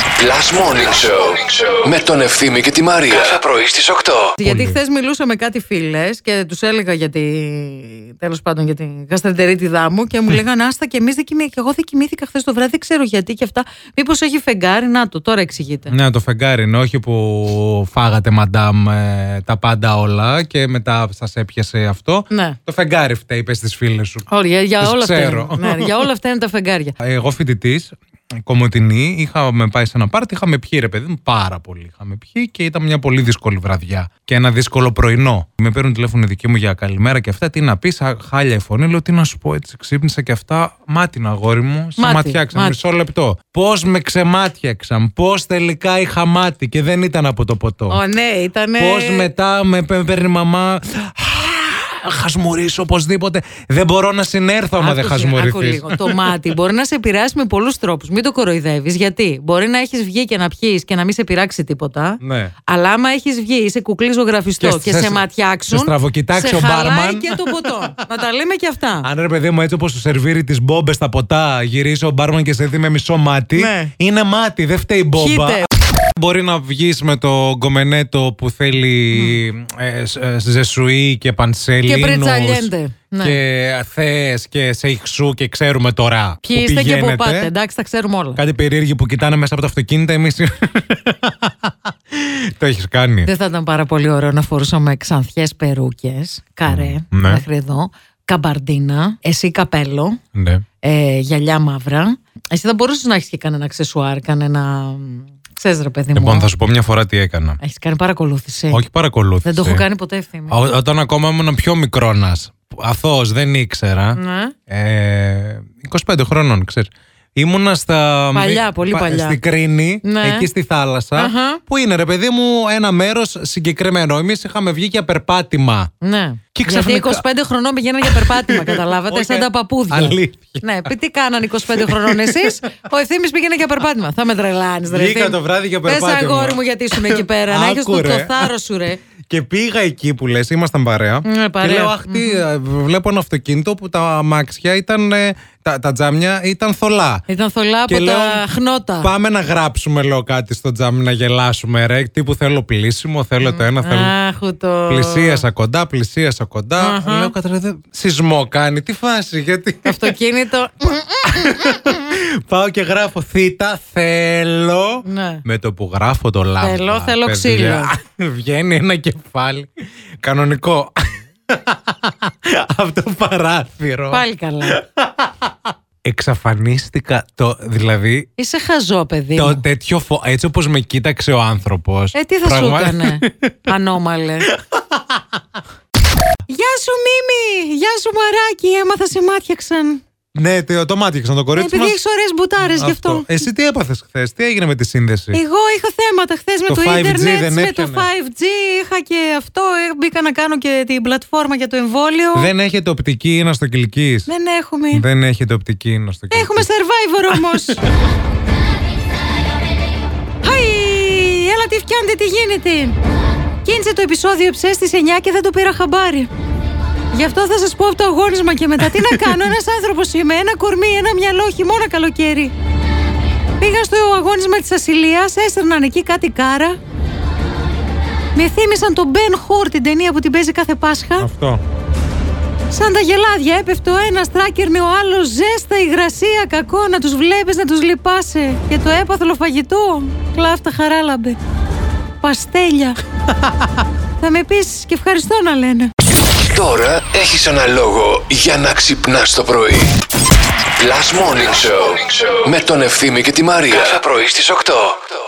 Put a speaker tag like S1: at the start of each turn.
S1: Last Morning Show με τον Ευθύμη και τη Μαρία. Κάθε πρωί στις 8.
S2: Γιατί χθες μιλούσα με κάτι φίλες και τους έλεγα για τη... τέλος πάντων για την γαστρεντερίτιδά μου και μου
S3: Ναι.
S2: λέγανε Άστα και εμείς δεν κοιμήθηκα. Εγώ δεν κοιμήθηκα χθες το βράδυ, δεν ξέρω γιατί και αυτά. Μήπως έχει φεγγάρι, να το, τώρα εξηγείται.
S3: Ναι, το φεγγάρι είναι, όχι που φάγατε μαντάμ ε, τα πάντα όλα και μετά σας έπιασε αυτό.
S2: Ναι.
S3: Το φεγγάρι φταίει, είπες στις φίλες σου.
S2: Ωραία, για
S3: Τις
S2: όλα, αυτά
S3: ξέρω.
S2: είναι. Ναι, για όλα αυτά είναι τα φεγγάρια.
S3: Εγώ φοιτητής, κομμωτινή, είχαμε πάει σε ένα πάρτι, είχαμε πιει ρε παιδί μου πάρα πολύ. Είχαμε πιει και ήταν μια πολύ δύσκολη βραδιά και ένα δύσκολο πρωινό. Με παίρνουν τηλέφωνο οι δικοί μου για καλημέρα και αυτά. Τι να πεις, σα- χάλια η φωνή, λέω τι να σου πω έτσι. Ξύπνησα και αυτά. Μάτινα, αγόρι μου, σε
S2: Μάτι,
S3: ματιάξαν
S2: μάτι.
S3: μισό λεπτό. Πώς με ξεμάτιαξαν, πώς τελικά είχα μάτι και δεν ήταν από το ποτό.
S2: Ω, ναι, ήταν.
S3: Πώς μετά με πέ- παίρνει η μαμά. «Α, Χασμουρίσω οπωσδήποτε. Δεν μπορώ να συνέρθω άμα δεν χασμουριθεί.
S2: Το μάτι μπορεί να σε επηρεάσει με πολλούς τρόπους. Μην το κοροϊδεύεις. Γιατί μπορεί να έχεις βγει και να πιει και να μην σε πειράξει τίποτα.
S3: Ναι.
S2: Αλλά άμα έχεις βγει, είσαι κουκλής ζωγραφιστό
S3: Και
S2: και,
S3: σε-
S2: σε ματιάξουν.
S3: σε στραβοκοιτάξει
S2: σε
S3: ο
S2: χαλάει
S3: μπάρμαν.
S2: και το ποτό. να τα λέμε και αυτά.
S3: Αν ρε παιδί μου, έτσι όπως σου σερβίρει τις μπόμπες στα ποτά, γυρίσει ο μπάρμαν και σε δει με μισό μάτι.
S2: Ναι.
S3: Είναι μάτι, δεν φταίει η μπόμπα.
S2: Χείτε.
S3: Μπορεί να βγεις με το γκομενέτο που θέλει ε, σ- ε, ζεσουί και πανσελίνους
S2: Και πρετσαλιέντε, ναι.
S3: Και θε και σεϊχσού και ξέρουμε τώρα.
S2: Ποιοι
S3: που
S2: είστε και πού
S3: πηγαίνετε.
S2: πάτε. Εντάξει, τα ξέρουμε όλα.
S3: Κάτι περίεργοι που κοιτάνε μέσα από τα αυτοκίνητα, εμείς. το έχεις κάνει.
S2: Δεν θα ήταν πάρα πολύ ωραίο να φορούσαμε ξανθιές περούκες, καρέ,
S3: ναι.
S2: μέχρι εδώ, καμπαρντίνα, εσύ καπέλο,
S3: Ναι.
S2: ε, γυαλιά μαύρα. Εσύ θα μπορούσες να έχεις και κανένα αξεσουάρ, κανένα. Ξέρεις ρε παιδί μου.
S3: Λοιπόν, θα σου πω μια φορά τι έκανα.
S2: Έχεις κάνει παρακολούθηση.
S3: Όχι Ε. παρακολούθηση.
S2: Ε, Δεν το έχω κάνει ποτέ ευθύνη.
S3: Ό, όταν ακόμα ήμουν πιο μικρόνας, αθώος, δεν ήξερα.
S2: Ναι.
S3: Ε, 25 χρονών, ξέρεις. Ήμουνα στα.
S2: Παλιά, πολύ παλιά.
S3: Στην Κρίνη,
S2: Ναι.
S3: εκεί στη θάλασσα.
S2: Αχα.
S3: Που είναι, ρε παιδί μου, ένα μέρος συγκεκριμένο. Εμείς είχαμε βγει για περπάτημα.
S2: Ναι.
S3: Και ξαφνικά-
S2: Γιατί 25 χρονών πηγαίνανε για περπάτημα, καταλάβατε,
S3: Όχι, ε,
S2: σαν τα παππούδια.
S3: αλήθεια.
S2: Ναι, πει τι κάνανε 25 χρονών εσείς, ο ευθύνη πήγαινε για περπάτημα. Θα με τρελάνεις, ρε.
S3: Βγήκα
S2: Ευθύμη.
S3: το βράδυ για
S2: Πες
S3: περπάτημα.
S2: αγόρι μου, γιατί ήσουν εκεί πέρα. να έχεις
S3: Άκου,
S2: το, το
S3: ρε.
S2: θάρρος σου, ρε.
S3: Και πήγα εκεί που λες, ήμασταν παρέα.
S2: Ναι, παρέα.
S3: Και λέω, Αχ, τι, ε, βλέπω ένα αυτοκίνητο που τα αμάξια ήταν. ε, τα, τα τζάμια ήταν θολά.
S2: Ήταν θολά από
S3: Και λέω,
S2: Ε, τα χνότα.
S3: Πάμε να γράψουμε, λέω κάτι στο τζάμι, να γελάσουμε, ρε. Τι που θέλω πλήσιμο, θέλω το ένα, θέλω.
S2: Άχου το.
S3: Πλησίασα κοντά, πλησίασα κοντά. Λέω καταρχήν, δεν- σεισμό κάνει, τι φάση, γιατί.
S2: Το αυτοκίνητο.
S3: Πάω και γράφω θήτα, θέλω.
S2: Ναι.
S3: Με το που γράφω το λάβω.
S2: Θέλω, θέλω
S3: Βγαίνει ένα κεφάλι. Κανονικό. Αυτό παράθυρο.
S2: Πάλι καλά.
S3: Εξαφανίστηκα το, δηλαδή
S2: Είσαι χαζό, παιδί.
S3: Το
S2: μου.
S3: τέτοιο φω... Έτσι όπως με κοίταξε ο άνθρωπος
S2: Ε, τι θα
S3: πραγμα-
S2: σου έκανε, ανώμαλε. Γεια σου Μίμη, γεια σου Μαράκι, έμαθα σε μάτιαξαν.
S3: ναι, το, το μάτι να το
S2: Ε,
S3: κορίτσι
S2: Επειδή
S3: μας
S2: έχεις ωραίες μπουτάρες γι' αυτό.
S3: Εσύ τι έπαθες χθες, τι έγινε με τη σύνδεση
S2: Εγώ είχα θέματα χθες με
S3: Το
S2: το,
S3: 5G
S2: ίντερνετ,
S3: δεν
S2: με το
S3: έπιανε.
S2: 5G, είχα και αυτό, ε, μπήκα να κάνω και την πλατφόρμα για το εμβόλιο.
S3: Δεν έχετε οπτική είναι στο Κιλκής
S2: Δεν έχουμε.
S3: Δεν έχετε οπτική είναι στο Κιλκής
S2: Ναι. Έχουμε survivor όμως. Χαϊ! Έλα τι φτιάνετε, τι γίνεται. Κίνησε το επεισόδιο ψέ στι 9 και δεν το πήρα χαμπάρι. Γι' αυτό θα σας πω από το αγώνισμα και μετά. Τι να κάνω, ένας άνθρωπος είμαι, ένα κορμί, ένα μυαλό, χειμώνα καλοκαίρι. Πήγα στο αγώνισμα της Ασυλίας, έσαιρναν εκεί κάτι κάρα. Με θύμισαν τον Ben Hur την ταινία που την παίζει κάθε Πάσχα.
S3: Αυτό
S2: Σαν τα γελάδια έπεφτε ο ένας, τράκερνε ο άλλος. Ζέστα, υγρασία, κακό να τους βλέπεις να τους λυπάσαι. Και το έπαθλο φαγητό, κλάφτα χαράλαμπε. Παστέλια. Θα με πει και ευχαριστώ να λένε.
S1: Τώρα έχεις ένα λόγο για να ξυπνάς το πρωί. Last Morning Show με τον Ευθύμη και τη Μαρία. Κάθε πρωί στις 8.